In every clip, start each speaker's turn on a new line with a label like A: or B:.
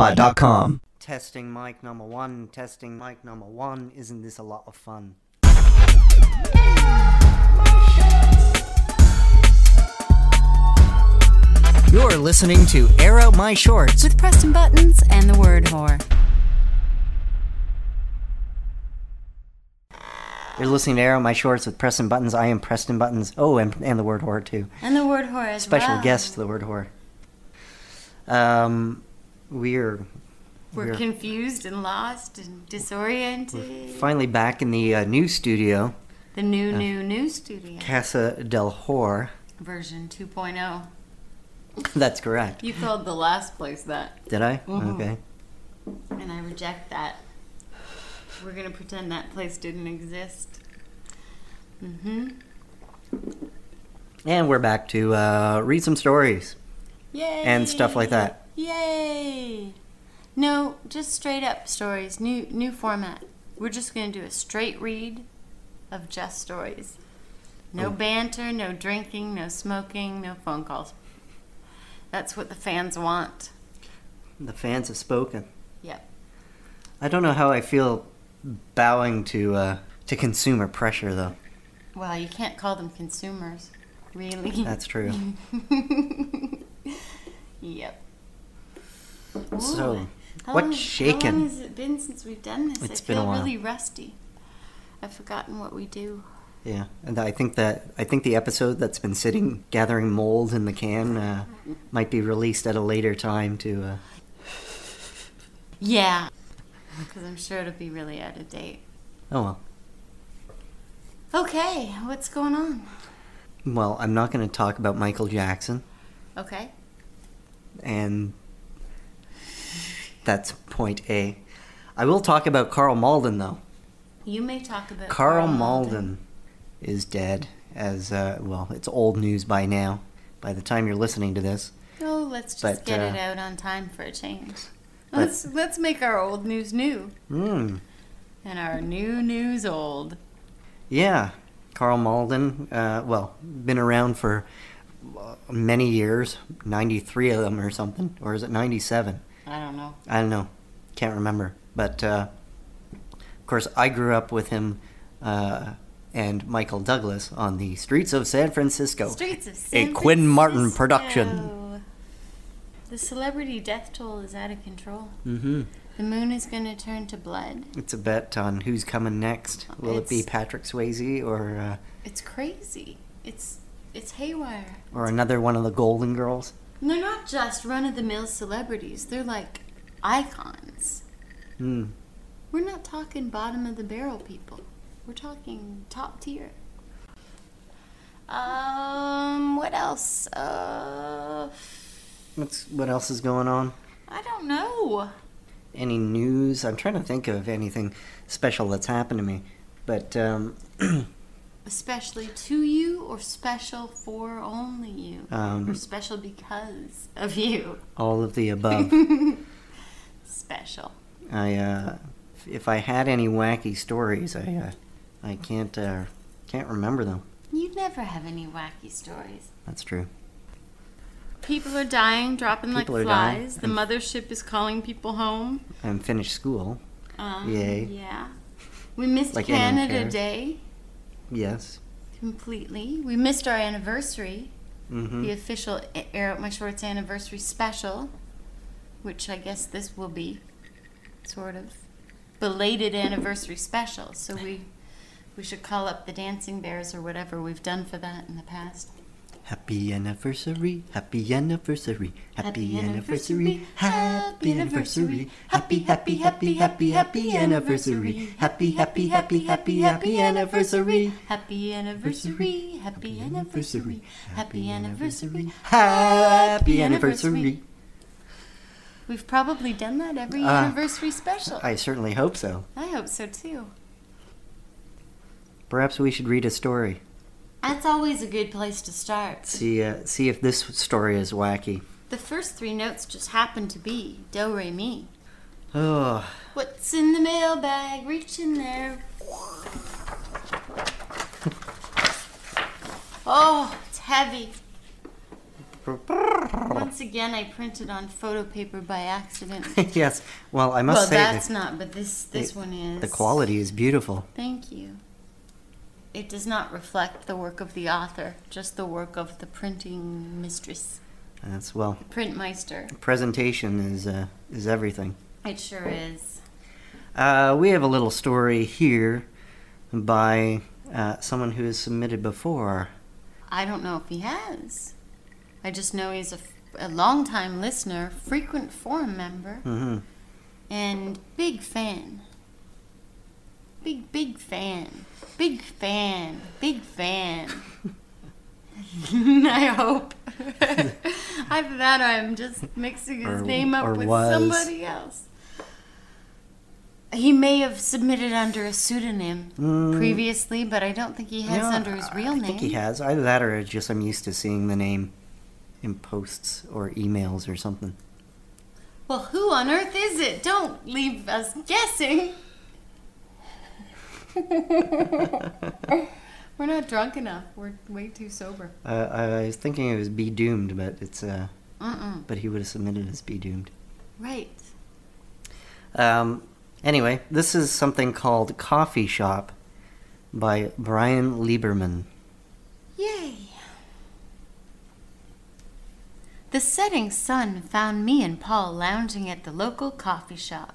A: theitspot.com.
B: Testing mic number one, testing mic number one. Isn't this a lot of fun? You're listening to Air Out My Shorts.
C: with Preston Buttons and the word whore.
B: You're listening to Air Out My Shorts with Preston Buttons. I am Preston Buttons. Oh, and, and the word whore, too.
C: And the word whore as
B: Special
C: well.
B: guest, the word whore. Um, we're
C: We're
B: We're-
C: confused and lost and disoriented.
B: finally back in the uh, new studio,
C: The new, new, new studio
B: Casa del Whore.
C: version 2.0.
B: That's correct.
C: You called the last place that,
B: Did I?
C: Mhm.
B: Okay.
C: and I reject that. We're gonna pretend that place didn't exist. Mm-hmm.
B: And we're back to uh, read some stories.
C: Yay!
B: and stuff like that.
C: Yay! No, just straight up stories. New new format. We're just gonna do a straight read of just stories.
B: Oh.
C: No banter, no drinking, no smoking, no phone calls. That's what the fans want.
B: The fans have spoken.
C: Yep.
B: I don't know how I feel bowing to uh, to consumer pressure though.
C: Well, you can't call them consumers, really.
B: That's true.
C: yep.
B: So,
C: Ooh, how
B: what's
C: long- How
B: shaking?
C: long has it been since we've done this?
B: It's
C: I
B: been a
C: feel
B: while.
C: really rusty. I've forgotten what we do.
B: Yeah, and I think that I think the episode that's been sitting gathering mold in the can uh, might be released at a later time to. Uh,
C: Yeah. Because I'm sure it'll be really out of date.
B: oh well.
C: Okay, what's going on?
B: Well, I'm not going to talk about Michael Jackson,
C: Okay.
B: and that's point A. I will talk about Carl Malden though.
C: You may talk about
B: Carl Malden is dead. As uh, well, it's old news by now. By the time you're listening to this,
C: Oh, let's just
B: But,
C: get
B: uh,
C: it out on time for a change. Let's let's make our old news new
B: mm,
C: and our new news old.
B: Yeah, Carl Malden. Uh, well, been around for uh, many years, ninety-three of them or something, or is it ninety-seven?
C: I don't know.
B: I don't know, can't remember. But uh, of course, I grew up with him uh, and Michael Douglas on the streets of San Francisco.
C: Streets of San
B: Oh. a Quinn Martin
C: Francisco.
B: production.
C: The celebrity death toll is out of control.
B: Mm-hmm.
C: The moon is going to turn to blood.
B: It's a bet on who's coming next. Will it be
C: It's-
B: Patrick Swayze or uh,
C: It's crazy. It's it's haywire.
B: or another one of the Golden Girls?
C: And They're not just run of the mill celebrities, they're like icons.
B: Mm.
C: We're not talking bottom of the barrel people, we're talking top tier. Um, what else? Uh,
B: What's what else is going on?
C: I don't know.
B: any news. I'm trying to think of anything special that's happened to me. But um,
C: Especially to you or special for only you?
B: Um,
C: or special because of you?
B: all of the above.
C: Special.
B: I, uh, if I had any wacky stories, I, uh, I can't, uh, can't remember them.
C: You'd never have any wacky stories.
B: That's true.
C: People are dying, dropping
B: People are
C: like
B: dying.
C: flies. The mothership is calling people home.
B: I'm finished school.
C: Um,
B: Yay.
C: Yeah. We missed
B: Like anyone
C: Canada
B: cares.
C: Day
B: Yes.
C: completely. We missed our anniversary,
B: Mm-hmm.
C: the official A- Air Out My Shorts anniversary special, which I guess this will be sort of belated anniversary special. So we we should call up the Dancing Bears or whatever we've done for that in the past.
B: Happy anniversary. Happy anniversary. Happy anniversary.
C: happy
B: Happy anniversary. Happy, happy, happy, happy, happy anniversary. Happy, happy, happy, happy, happy anniversary.
C: Happy anniversary, happy anniversary, happy anniversary.
B: Happy anniversary.
C: We've probably done that every
B: Uh,
C: anniversary special.
B: I certainly hope so.
C: I hope so too.
B: Perhaps we should read a story.
C: That's always a good place to start.
B: See, uh, see if this story is wacky.
C: The first three notes just happen to be do re mi.
B: Oh,
C: What's in the mailbag? Reach in there. Oh, it's heavy. Once again, I printed on photo paper by accident.
B: yes. Well, I must
C: well,
B: say
C: that's
B: that
C: not, but this this
B: the-
C: one is.
B: the quality is beautiful.
C: Thank you. It does not reflect the work of the author, just the work of the printing mistress,
B: That's well,
C: printmeister.
B: presentation is uh, is everything.
C: It sure is.
B: Uh, we have a little story here by uh, someone who has submitted before.
C: I don't know if he has. I just know he's a, a longtime listener, frequent forum member,
B: hmm
C: and big fan. Big, big fan. Big fan. Big fan. I hope. Either that or I'm just mixing his
B: Or-
C: name
B: or
C: up with
B: was.
C: somebody else. He may have submitted under a pseudonym
B: Mm.
C: previously, but I don't think he has under his real
B: I
C: name.
B: think he has. Either that or it's just I'm used to seeing the name in posts or emails or something.
C: Well, who on earth is it? Don't leave us guessing. We're not drunk enough. We're way too sober.
B: Uh, I was thinking it was Be Doomed, but it's uh,
C: Mm-mm.
B: but he would have submitted as Be Doomed.
C: Right.
B: Um, anyway, this is something called Coffee Shop by Brian Lieberman.
C: Yay. The setting sun found me and Paul lounging at the local coffee shop,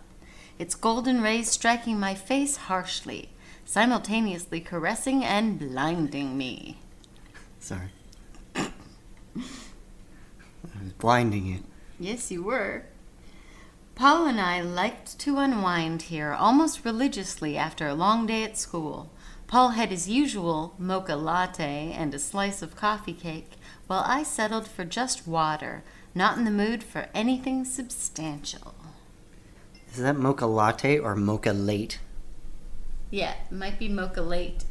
C: its golden rays striking my face harshly, simultaneously caressing and blinding me.
B: Sorry. I was blinding you.
C: Yes, you were. Paul and I liked to unwind here almost religiously after a long day at school. Paul had his usual mocha latte and a slice of coffee cake, while I settled for just water, not in the mood for anything substantial.
B: Is that mocha latte or mocha late?
C: Yeah, it might be mocha late.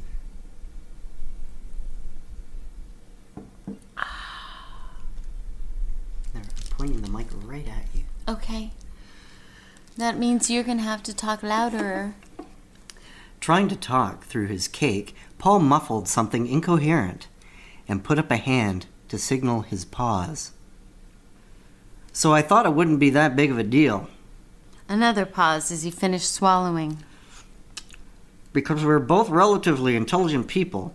B: There, I'm pointing the mic right at you.
C: Okay. That means you're gonna have to talk louder.
B: Trying to talk through his cake, Paul muffled something incoherent and put up a hand to signal his pause. So I thought it wouldn't be that big of a deal
C: Another pause as he finished swallowing.
B: because we were both relatively intelligent people,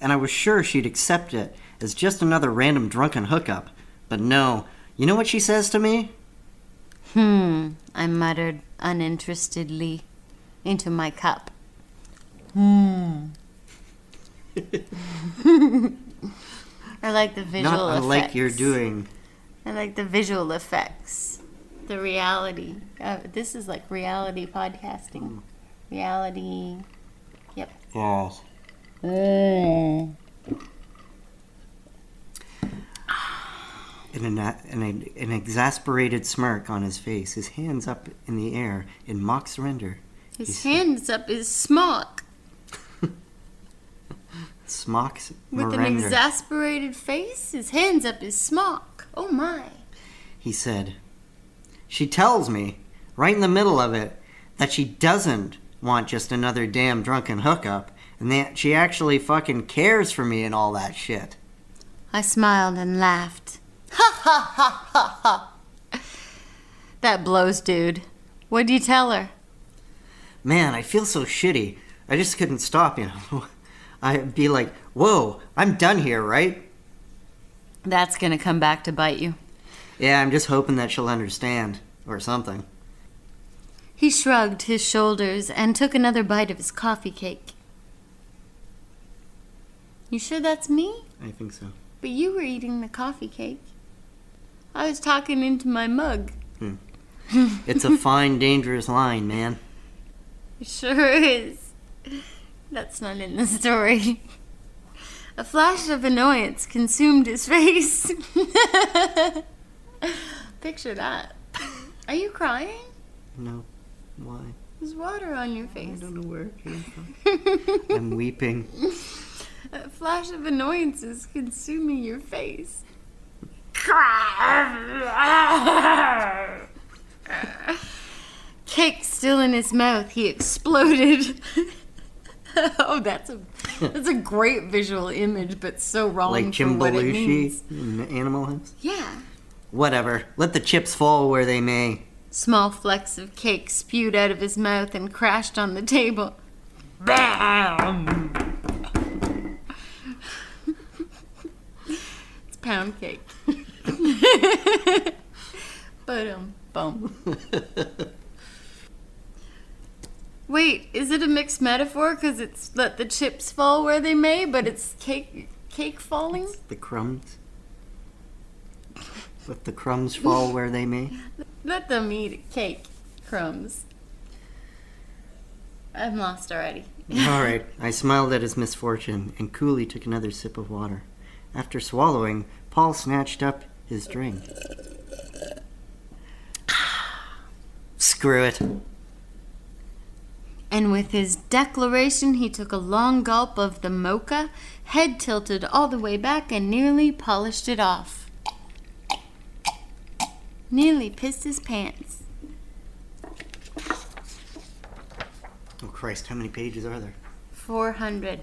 B: and I was sure she'd accept it as just another random drunken hookup. But no, you know what she says to me?
C: Hmm, I muttered uninterestedly into my cup. Hmm. I like the visual
B: Not unlike
C: effects.
B: you're doing.
C: I like the visual effects. The reality. Uh, this is like reality podcasting. Reality.
B: Yes. An, ena- an, an exasperated smirk on his face, his hands up in the air in mock surrender.
C: His hands up his smock
B: Smocks
C: with an
B: Miranda,
C: exasperated face. His hands up his smock. Oh my.
B: he said. She tells me, right in the middle of it, that she doesn't want just another damn drunken hookup, and that she actually fucking cares for me and all that shit.
C: I smiled and laughed. Ha ha ha ha ha! That blows, dude. What'd you tell her?
B: Man, I feel so shitty. I just couldn't stop, you know. I'd be like, whoa, I'm done here, right?
C: That's gonna come back to bite you.
B: Yeah, I'm just hoping that she'll understand or something.
C: He shrugged his shoulders and took another bite of his coffee cake. You sure that's me?
B: I think so.
C: But you were eating the coffee cake. I was talking into my mug.
B: Hmm. It's a fine, dangerous line, man.
C: It sure is. That's not in the story. A flash of annoyance consumed his face. Picture that. Are you crying?
B: No. Why?
C: There's water on your
B: I
C: face.
B: don't know where it came from. I'm weeping.
C: A flash of annoyance is consuming your face. Cake still in his mouth, he exploded. oh, that's a That's a great visual image, but so wrong
B: like
C: for
B: Jim
C: what it
B: Belushi
C: means.
B: in Animal House.
C: Yeah.
B: Whatever. Let the chips fall where they may.
C: Small flecks of cake spewed out of his mouth and crashed on the table. Bam! it's pound cake. but um, bum. Wait, is it a mixed metaphor? Because it's let the chips fall where they may, but it's cake cake falling.
B: The crumbs. Let the crumbs fall where they may.
C: Let them eat cake crumbs. I'm lost already.
B: All right. I smiled at his misfortune and coolly took another sip of water. After swallowing, Paul snatched up his drink. Screw it. Oh,
C: And with his declaration, he took a long gulp of the mocha, head tilted all the way back, and nearly polished it off. Nearly pissed his pants.
B: Oh, Christ, how many pages are there?
C: 400.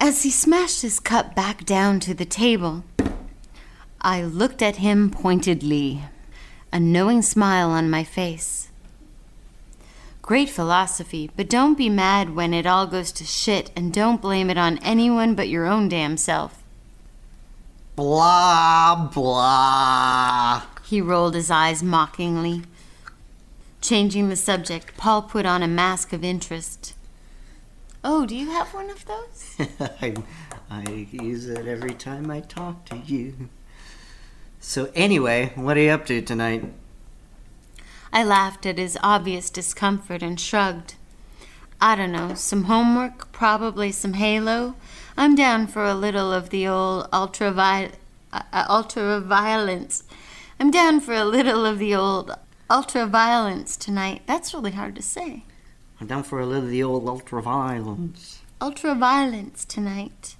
C: As he smashed his cup back down to the table, I looked at him pointedly, a knowing smile on my face. Great philosophy, but don't be mad when it all goes to shit and don't blame it on anyone but your own damn self.
B: Blah, blah.
C: He rolled his eyes mockingly. Changing the subject, Paul put on a mask of interest. Oh, do you have one of those?
B: I, I use it every time I talk to you. So, anyway, what are you up to tonight?
C: I laughed at his obvious discomfort and shrugged. I don't know, some homework, probably some Halo. I'm down for a little of the old ultra uh, ultra violence. I'm down for a little of the old ultra violence tonight. That's really hard to say.
B: I'm down for a little of the old ultraviolence.
C: Ultra violence tonight.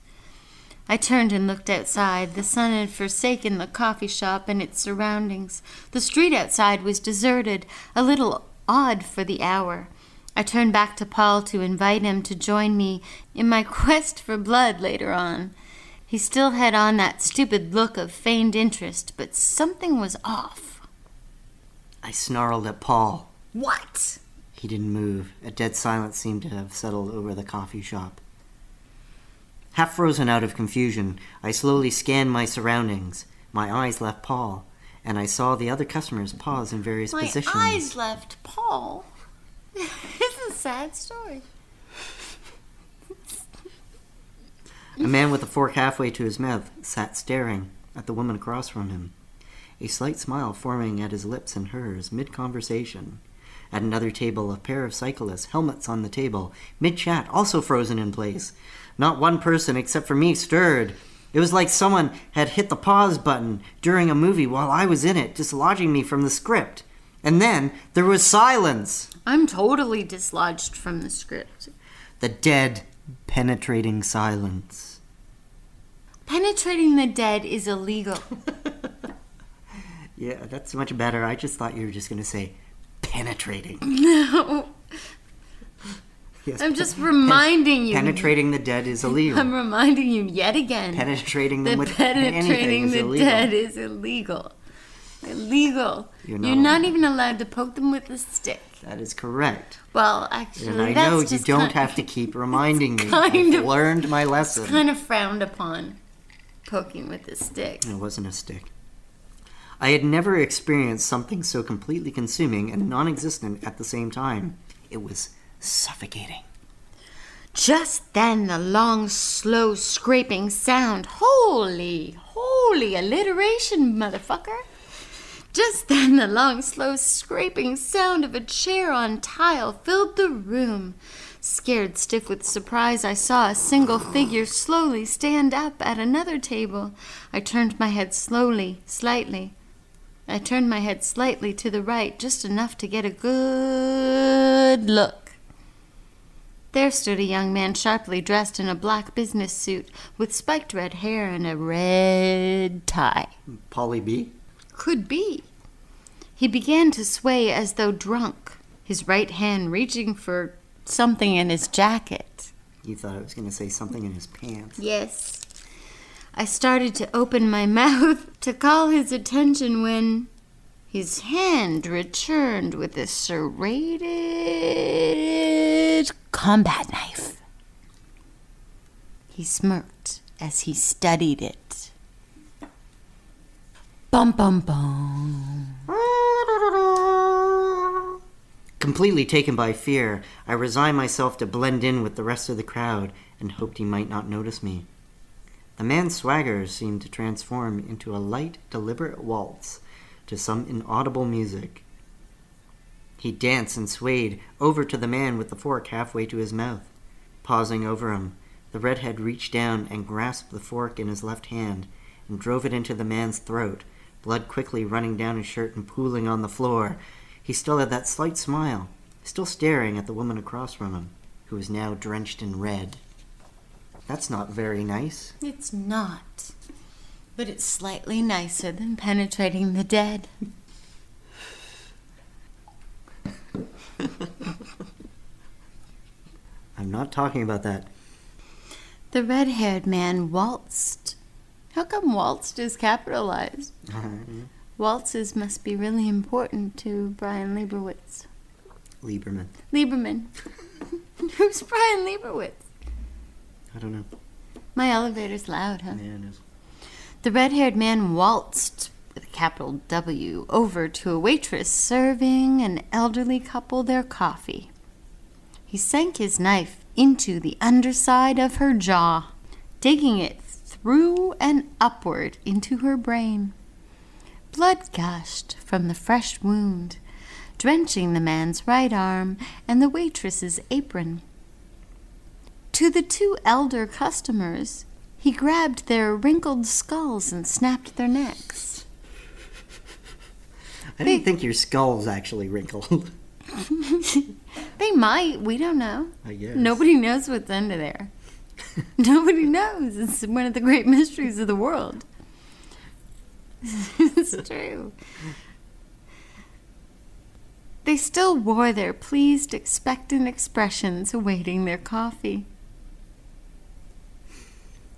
C: I turned and looked outside. The sun had forsaken the coffee shop and its surroundings. The street outside was deserted, a little odd for the hour. I turned back to Paul to invite him to join me in my quest for blood later on. He still had on that stupid look of feigned interest, but something was off.
B: I snarled at Paul.
C: What?
B: He didn't move. A dead silence seemed to have settled over the coffee shop. Half frozen out of confusion, I slowly scanned my surroundings. My eyes left Paul, and I saw the other customers pause in various
C: My
B: positions.
C: eyes left Paul. it's a sad story.
B: A man with a fork halfway to his mouth sat staring at the woman across from him, a slight smile forming at his lips and hers mid conversation. At another table, a pair of cyclists, helmets on the table, mid chat, also frozen in place. Not one person except for me stirred. It was like someone had hit the pause button during a movie while I was in it, dislodging me from the script. And then there was silence.
C: I'm totally dislodged from the script.
B: The dead, penetrating silence.
C: Penetrating the dead is illegal.
B: Yeah, that's much better. I just thought you were just going to say penetrating.
C: No.
B: Yes,
C: I'm
B: pe-
C: just reminding you.
B: penetrating the dead is illegal.
C: I'm reminding you yet again
B: penetrating them
C: that
B: with anything
C: penetrating
B: is
C: the
B: illegal.
C: dead is illegal. Illegal.
B: You're not allowed.
C: even allowed to poke them with a stick.
B: That is correct.
C: Well, actually,
B: And I
C: Mm, that's
B: know you
C: just
B: don't
C: kind-
B: have to keep reminding me.
C: kind
B: I've
C: of-
B: learned my lesson.
C: Kind of frowned upon poking with a stick.
B: It wasn't a stick. I had never experienced something so completely consuming and non existent at the same time. It was suffocating.
C: Just then, the long, slow, scraping sound. Holy, holy alliteration, motherfucker! Just then, the long, slow, scraping sound of a chair on tile filled the room. Scared stiff with surprise, I saw a single figure slowly stand up at another table. I turned my head slowly, slightly. I turned my head slightly to the right, just enough to get a good look. There stood a young man sharply dressed in a black business suit with spiked red hair and a red tie.
B: Polly B?
C: Could be. He began to sway as though drunk, his right hand reaching for something in his jacket.
B: You thought I was going to say something in his pants.
C: Yes. I started to open my mouth to call his attention when his hand returned with a serrated combat knife. He smirked as he studied it. Bum bum bum.
B: Completely taken by fear, I resigned myself to blend in with the rest of the crowd and hoped he might not notice me. The man's swagger seemed to transform into a light, deliberate waltz to some inaudible music. He danced and swayed over to the man with the fork halfway to his mouth. Pausing over him, the redhead reached down and grasped the fork in his left hand and drove it into the man's throat, blood quickly running down his shirt and pooling on the floor. He still had that slight smile, still staring at the woman across from him, who was now drenched in red. That's not very nice.
C: It's not, but it's slightly nicer than penetrating the dead.
B: I'm not talking about that.
C: The red haired man waltzed. How come waltzed is capitalized? Waltzes must be really important to Brian Lieberwitz.
B: Lieberman.
C: Lieberman. Who's Brian Lieberwitz?
B: I don't know.
C: My elevator's loud, huh?
B: Yeah, it is.
C: The red haired man waltzed with a capital W over to a waitress serving an elderly couple their coffee. He sank his knife into the underside of her jaw, digging it through and upward into her brain. Blood gushed from the fresh wound, drenching the man's right arm and the waitress's apron. To the two elder customers, he grabbed their wrinkled skulls and snapped their necks.
B: I didn't think your skull's actually wrinkled.
C: They might, we don't know.
B: I guess.
C: Nobody knows what's under there. Nobody knows. It's one of the great mysteries of the world. it's true. They still wore their pleased, expectant expressions awaiting their coffee.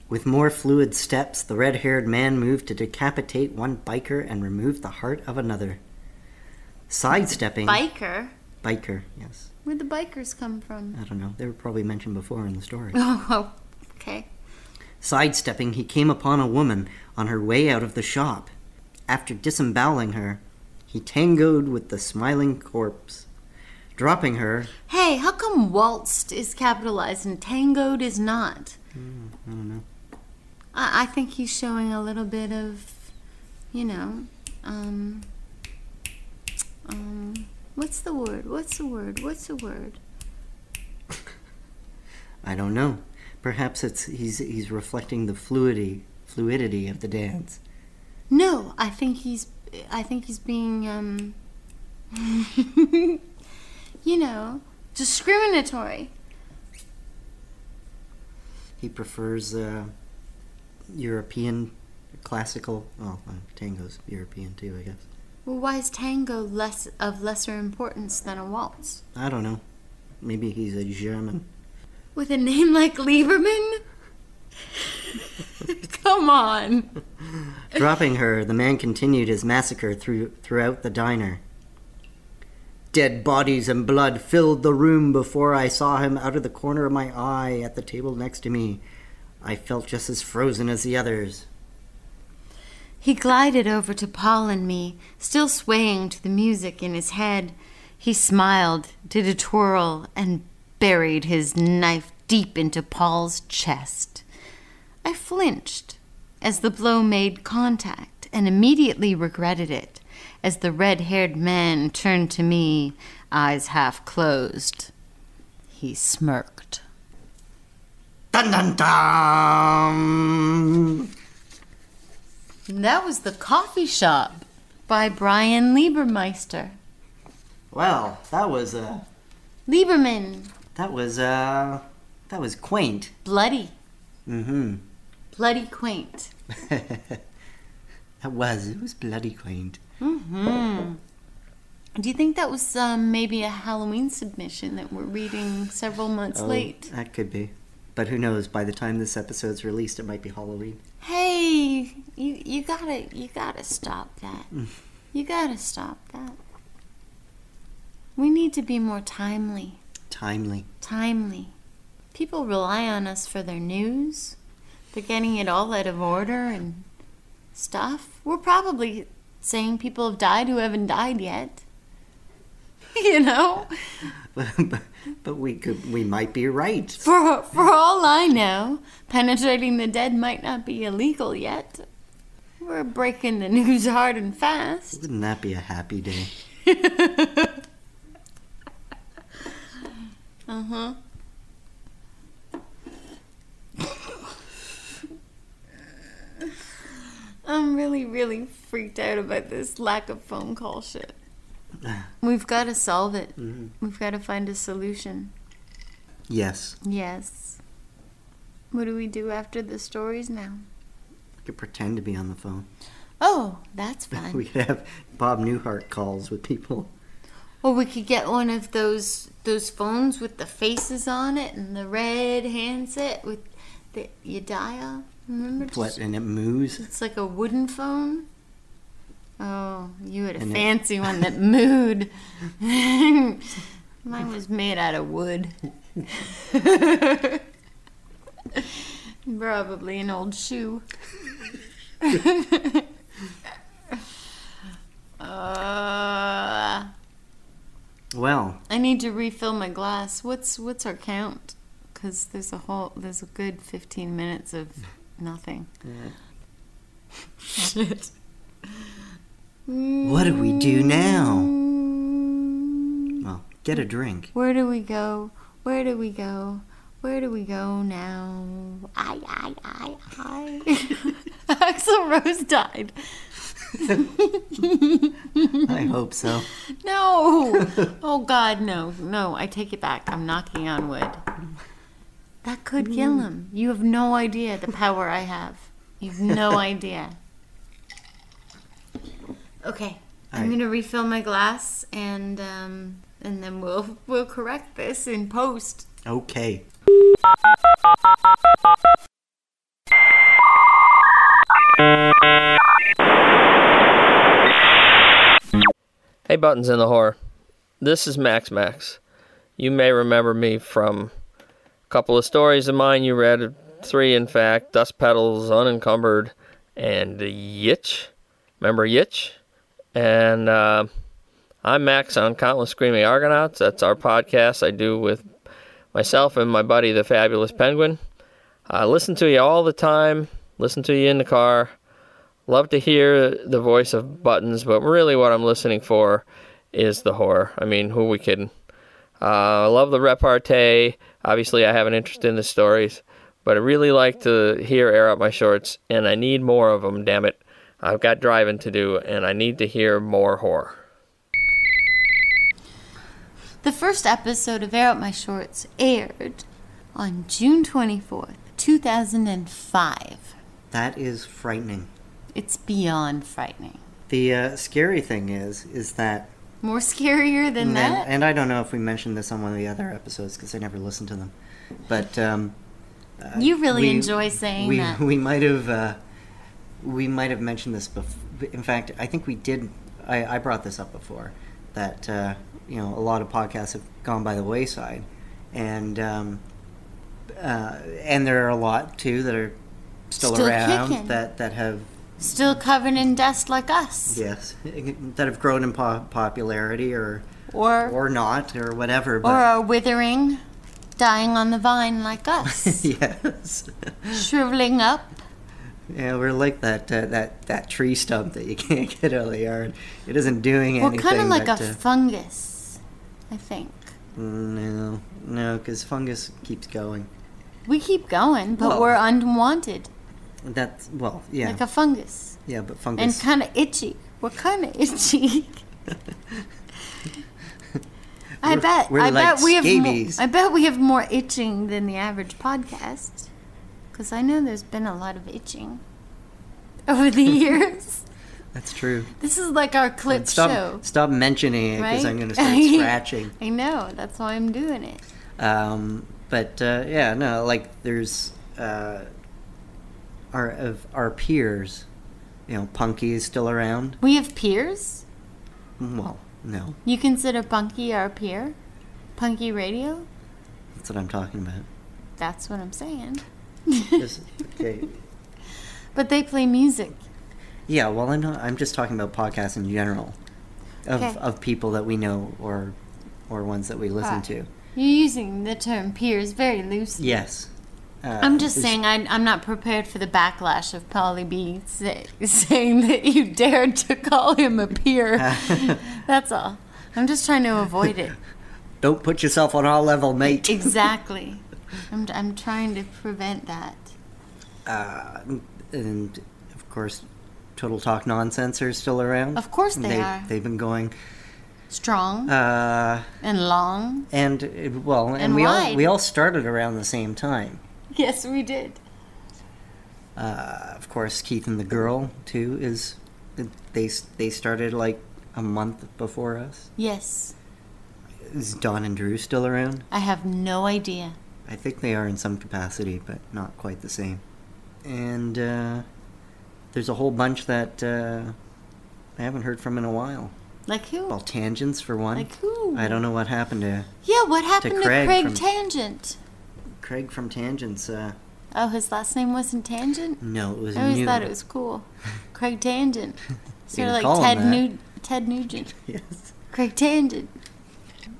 B: With more fluid steps, the red haired man moved to decapitate one biker and remove the heart of another. Sidestepping.
C: Biker?
B: biker, yes.
C: Where'd the bikers come from?
B: I don't know. They were probably mentioned before in the story.
C: Oh, okay.
B: Sidestepping, he came upon a woman on her way out of the shop. After disemboweling her, he tangoed with the smiling corpse. Dropping her,
C: Hey, how come waltzed is capitalized and tangoed is not?
B: I don't know.
C: I, I think he's showing a little bit of, you know, um, um, what's the word? What's the word? What's the word?
B: I don't know. Perhaps it's he's he's reflecting the fluidity fluidity of the dance.
C: No, I think he's, I think he's being, um, you know, discriminatory.
B: He prefers uh, European classical. Well, uh, tango's European too, I guess.
C: Well, why is tango less of lesser importance than a waltz?
B: I don't know. Maybe he's a German.
C: With a name like Lieberman? Come on.
B: Dropping her, the man continued his massacre through, throughout the diner. Dead bodies and blood filled the room before I saw him out of the corner of my eye at the table next to me. I felt just as frozen as the others.
C: He glided over to Paul and me, still swaying to the music in his head. He smiled, did a twirl, and buried his knife deep into Paul's chest. I flinched as the blow made contact and immediately regretted it as the red haired man turned to me, eyes half closed. He smirked.
B: Dun dun dun!
C: That was The Coffee Shop by Brian Liebermeister.
B: Well, that was uh,
C: Lieberman,
B: that was uh, that was quaint.
C: bloody.
B: Mm-hmm.
C: Bloody quaint.
B: that was. It was bloody quaint.
C: hmm Mm-hmm. Do you think that was um, maybe a Halloween submission that we're reading several months
B: Oh,
C: late?
B: That could be. But who knows? By the time this episode's released, it might be Halloween.
C: Hey, you you gotta you gotta stop that. you gotta stop that. We need to be more timely.
B: Timely.
C: timely. People rely on us for their news. They're getting it all out of order and stuff. We're probably saying people have died who haven't died yet. you know?
B: but but we could we might be right.
C: For, for all I know, penetrating the dead might not be illegal yet. We're breaking the news hard and fast.
B: Wouldn't that be a happy day?
C: Uh huh. I'm really, really freaked out about this lack of phone call shit. We've got to solve it.
B: Mhm.
C: We've got to find a solution.
B: Yes.
C: Yes. What do we do after the stories now?
B: We could pretend to be on the phone.
C: Oh, that's fun.
B: We could have Bob Newhart calls with people.
C: Or we could get one of those those phones with the faces on it and the red handset with the you dial. Remember?
B: What? And it moves.
C: It's like a wooden phone. Oh, you had a
B: And it-
C: fancy one that mooed. Mine was made out of wood. Probably an old shoe. uh,
B: Well,
C: I need to refill my glass. What's what's our count? Because there's a whole there's a good fifteen minutes of nothing. Shit.
B: what do we do now?
C: Mm,
B: Well, get a drink.
C: Where do we go? Where do we go? Where do we go now? I I I I. Axel Rose died.
B: I hope so.
C: No. Oh God, no, no. I take it back. I'm knocking on wood. That could kill him. You have no idea the power I have. You've no idea. Okay, I'm
B: Alright.
C: gonna refill my glass and um, and then we'll we'll correct this in post.
B: Okay.
A: Hey, Buttons in the Horror. This is Max Max. You may remember me from a couple of stories of mine you read, three in fact Dust Petals, Unencumbered, and Yitch. Remember Yitch? And uh, I'm Max on Countless Screaming Argonauts. That's our podcast I do with myself and my buddy, the Fabulous Penguin. I listen to you all the time, listen to you in the car love to hear the voice of buttons, but really what I'm listening for is the horror. I mean, who we kidding? Uh, I love the repartee. Obviously, I have an interest in the stories, but I really like to hear air out my shorts, and I need more of them. Damn it, I've got driving to do, and I need to hear more horror.
C: The first episode of Air Out My Shorts aired on June 24th, 2005.
B: That is frightening.
C: It's beyond frightening.
B: The uh, scary thing is, is that,
C: More scarier than
B: and,
C: that?
B: and I don't know if we mentioned this on one of the other episodes because I never listened to them, but um,
C: you really
B: we-
C: enjoy saying
B: we,
C: that.
B: We might have, uh, we might have mentioned this before. In fact, I think we did. I, I brought this up before that uh, you know a lot of podcasts have gone by the wayside, and um, uh, and there are a lot too that are still,
C: Still
B: around
C: kicking.
B: that that have
C: Still covered in dust like us.
B: yes that have grown in po- popularity or
C: Or,
B: or not or whatever.
C: or
B: But
C: are withering, dying on the vine like us.
B: yes,
C: Shriveling up.
B: yeah, we're like that uh, that that tree stump that you can't get out of the yard. It isn't doing
C: We're
B: anything.
C: kind of like
B: but,
C: a
B: uh,
C: fungus, I think.
B: No, no, because fungus keeps going.
C: We keep going, but
B: Well-
C: we're unwanted,
B: That's well, yeah,
C: like a fungus.
B: yeah, but
C: and
B: fungus.
C: kind of itchy. We're kind of itchy. I
B: We're-
C: bet.
B: we're
C: I
B: like
C: bet we have. More,
B: scabies.
C: I bet we have more itching than the average podcast. Because I know there's been a lot of itching over the years.
B: That's true.
C: This is like our clip
B: Stop,
C: show.
B: stop mentioning it because
C: Right?
B: I'm going to start scratching.
C: I know. That's why I'm doing it.
B: Um, but uh, yeah, no, like there's uh, our of our peers. You know, Punky is still around.
C: We have peers.
B: Well, no,
C: You consider Punky our peer? Punky Radio?
B: that's what I'm talking about.
C: That's what I'm saying.
B: Just- okay.
C: But they play music.
B: Yeah, well, I'm not. I'm just talking about podcasts in general, of
C: Okay.
B: of people that we know or or ones that we listen
C: Right.
B: to.
C: You're using the term peers very loosely.
B: Yes. Uh,
C: I'm just
B: there's-
C: saying I, I'm not prepared for the backlash of Polly B say, saying that you dared to call him a peer. That's all. I'm just trying to avoid it.
B: Don't put yourself on our level, mate.
C: Exactly. I'm, I'm trying to prevent that.
B: Uh, and of course, Total Talk Nonsense are still around.
C: Of course they are.
B: They've been going.
C: Strong
B: Uh,
C: and long.
B: and uh, well, and,
C: And
B: we all
C: wide.
B: we all started around the same time.
C: Yes, we did.
B: Uh, of course, Keith and the Girl too is they they started like a month before us.
C: Yes.
B: Is Don and Drew still around?
C: I have no idea.
B: I think they are in some capacity, but not quite the same. And uh, there's a whole bunch that uh, I haven't heard from in a while.
C: Like who?
B: Well, tangents for one.
C: Like who?
B: I don't know what happened to
C: Yeah, what happened to Craig,
B: Craig from-
C: Tangent?
B: Craig from Tangents. Uh,
C: Oh, his last name wasn't Tangent?
B: no, it was
C: I always
B: new.
C: thought it was cool. Craig Tangent. Sort
B: can
C: of
B: call
C: like
B: him
C: Ted,
B: that.
C: Nu- Ted Nugent.
B: yes.
C: Craig Tangent.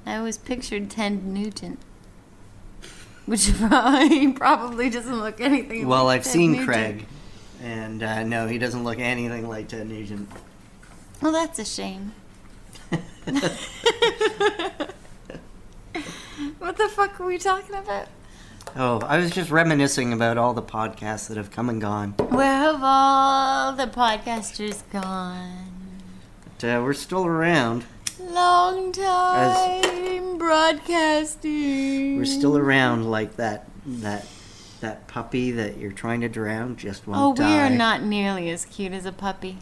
C: I always pictured Ted Nugent. Which probably, probably doesn't look anything like
B: Well, I've
C: Ted
B: seen
C: Nugent.
B: Craig, and uh, no, he doesn't look anything like Ted Nugent.
C: Well, that's a shame. what the fuck are we talking about?
B: Oh, I was just reminiscing about all the podcasts that have come and gone.
C: Where have all the podcasters gone?
B: But, uh, we're still around.
C: Long time broadcasting.
B: We're still around like that that that puppy that you're trying to drown just won't
C: Oh, we
B: die.
C: are not nearly as cute as a puppy.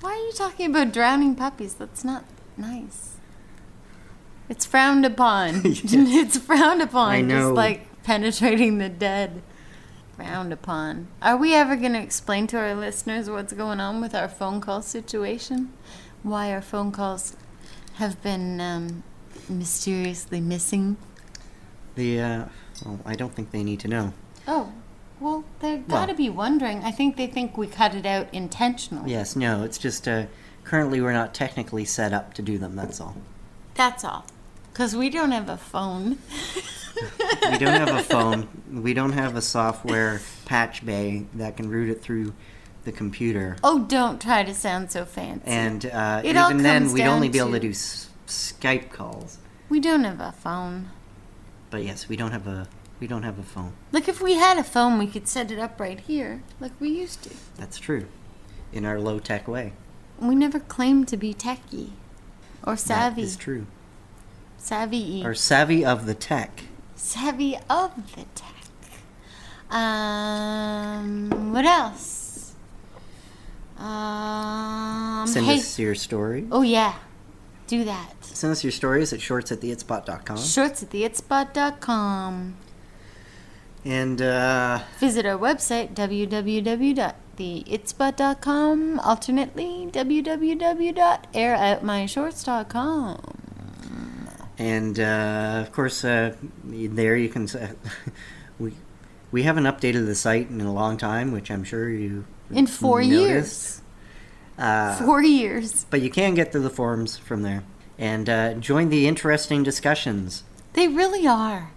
C: Why are you talking about drowning puppies? That's not nice. It's frowned upon. It's frowned upon.
B: I know.
C: Just like penetrating the dead. Frowned upon. Are we ever going to explain to our listeners what's going on with our phone call situation? Why our phone calls have been um, mysteriously missing?
B: The uh, well, I don't think they need to know.
C: Oh, well, they've got to be wondering. I think they think we cut it out intentionally.
B: Yes, no, it's just uh, currently we're not technically set up to do them. That's all.
C: That's all. Because we don't have a phone.
B: We don't have a phone. We don't have a software patch bay that can route it through the computer.
C: Oh, don't try to sound so fancy.
B: And uh,
C: It all
B: even then,
C: comes
B: we'd only
C: down
B: be able to
C: to-
B: do s- Skype calls.
C: we don't have a phone.
B: But yes, we don't have a we don't have a phone.
C: Like, if we had a phone, we could set it up right here, like we used to.
B: That's true. In our low tech way,
C: We never claimed to be techie or
B: that
C: savvy.
B: is true.
C: Savvy.
B: Our savvy of the tech.
C: savvy of the tech. Um, what else? Um,
B: Send
C: hey.
B: us your story.
C: Oh, yeah. Do that.
B: Send us your stories at shorts at theitspot.com.
C: Shorts at theitspot.com.
B: And uh,
C: Visit our website, www.theitspot.com. Alternately, www.airoutmyshorts.com.
B: and uh, of course, uh, there you can. s we we haven't updated the site in a long time, which I'm sure you
C: In four
B: noticed.
C: years.
B: Uh,
C: Four years.
B: but you can get to the forums from there and uh, join the interesting discussions
C: They really are.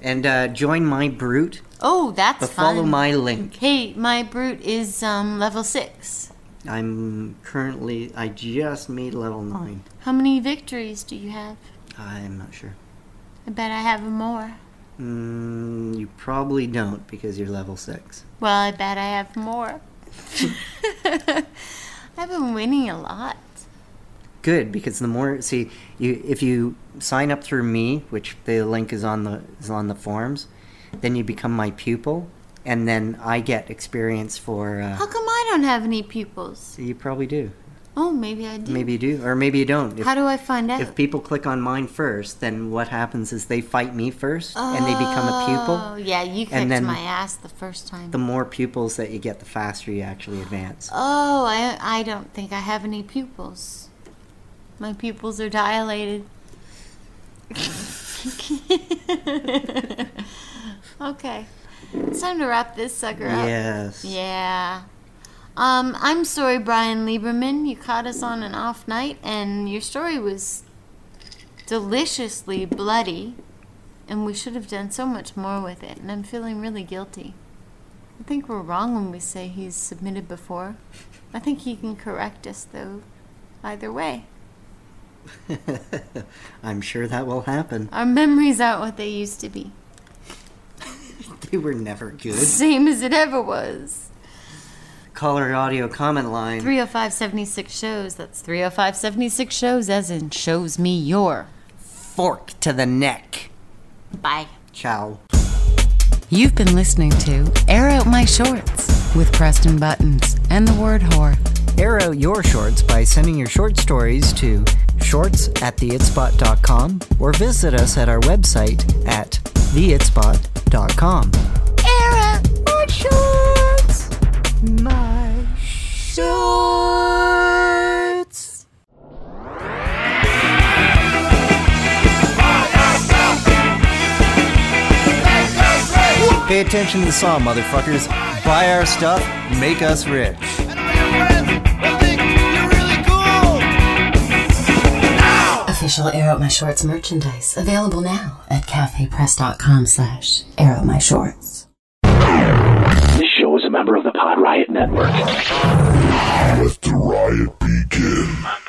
B: and uh, join my brute.
C: Oh, that's
B: But
C: fun.
B: follow my link.
C: Hey, my brute is um, level six.
B: I'm currently. I just made level nine.
C: How many victories do you have?
B: I'm not sure.
C: I bet I have more.
B: Mm, you probably don't because you're level six.
C: Well, I bet I have more. I've been winning a lot.
B: good because the more see you if you sign up through me which the link is on the is on the forms then you become my pupil and then I get experience for. Uh,
C: How come I don't have any pupils?
B: you probably do.
C: Oh, maybe I do.
B: Maybe you do, or maybe you don't. If,
C: How do I find out?
B: if people click on mine first, then what happens is they fight me first, and they become a
C: Oh,
B: pupil.
C: yeah, you kicked
B: then
C: my ass the first time.
B: The more pupils that you get, the faster you actually advance.
C: oh, I, I don't think I have any pupils. My pupils are dilated. okay. It's time to wrap this sucker up.
B: Yes.
C: Yeah. Um, I'm sorry, Brian Lieberman. You caught us on an off night, and your story was deliciously bloody, and we should have done so much more with it, and I'm feeling really guilty. I think we're wrong when we say he's submitted before. I think he can correct us, though, either way.
B: I'm sure that will happen.
C: Our memories aren't what they used to be,
B: They were never good.
C: same as it ever was.
B: Caller audio comment line.
C: 30576 shows. That's 30576 shows, as in shows me your.
B: Fork to the neck.
C: Bye.
B: Ciao.
D: You've been listening to Air Out My Shorts with Preston Buttons and the word whore.
B: Air out your shorts by sending your short stories to shorts at theitspot.com or visit us at our website at theitspot.com.
D: Air Out My Shorts! My Shorts!
B: Pay attention to the song, motherfuckers. Buy our stuff, make us rich.
D: Official Air Out My Shorts merchandise available now at cafepress.com slash air out my shorts.
E: This show is a member of the Pod Riot Network.
F: Let the riot begin.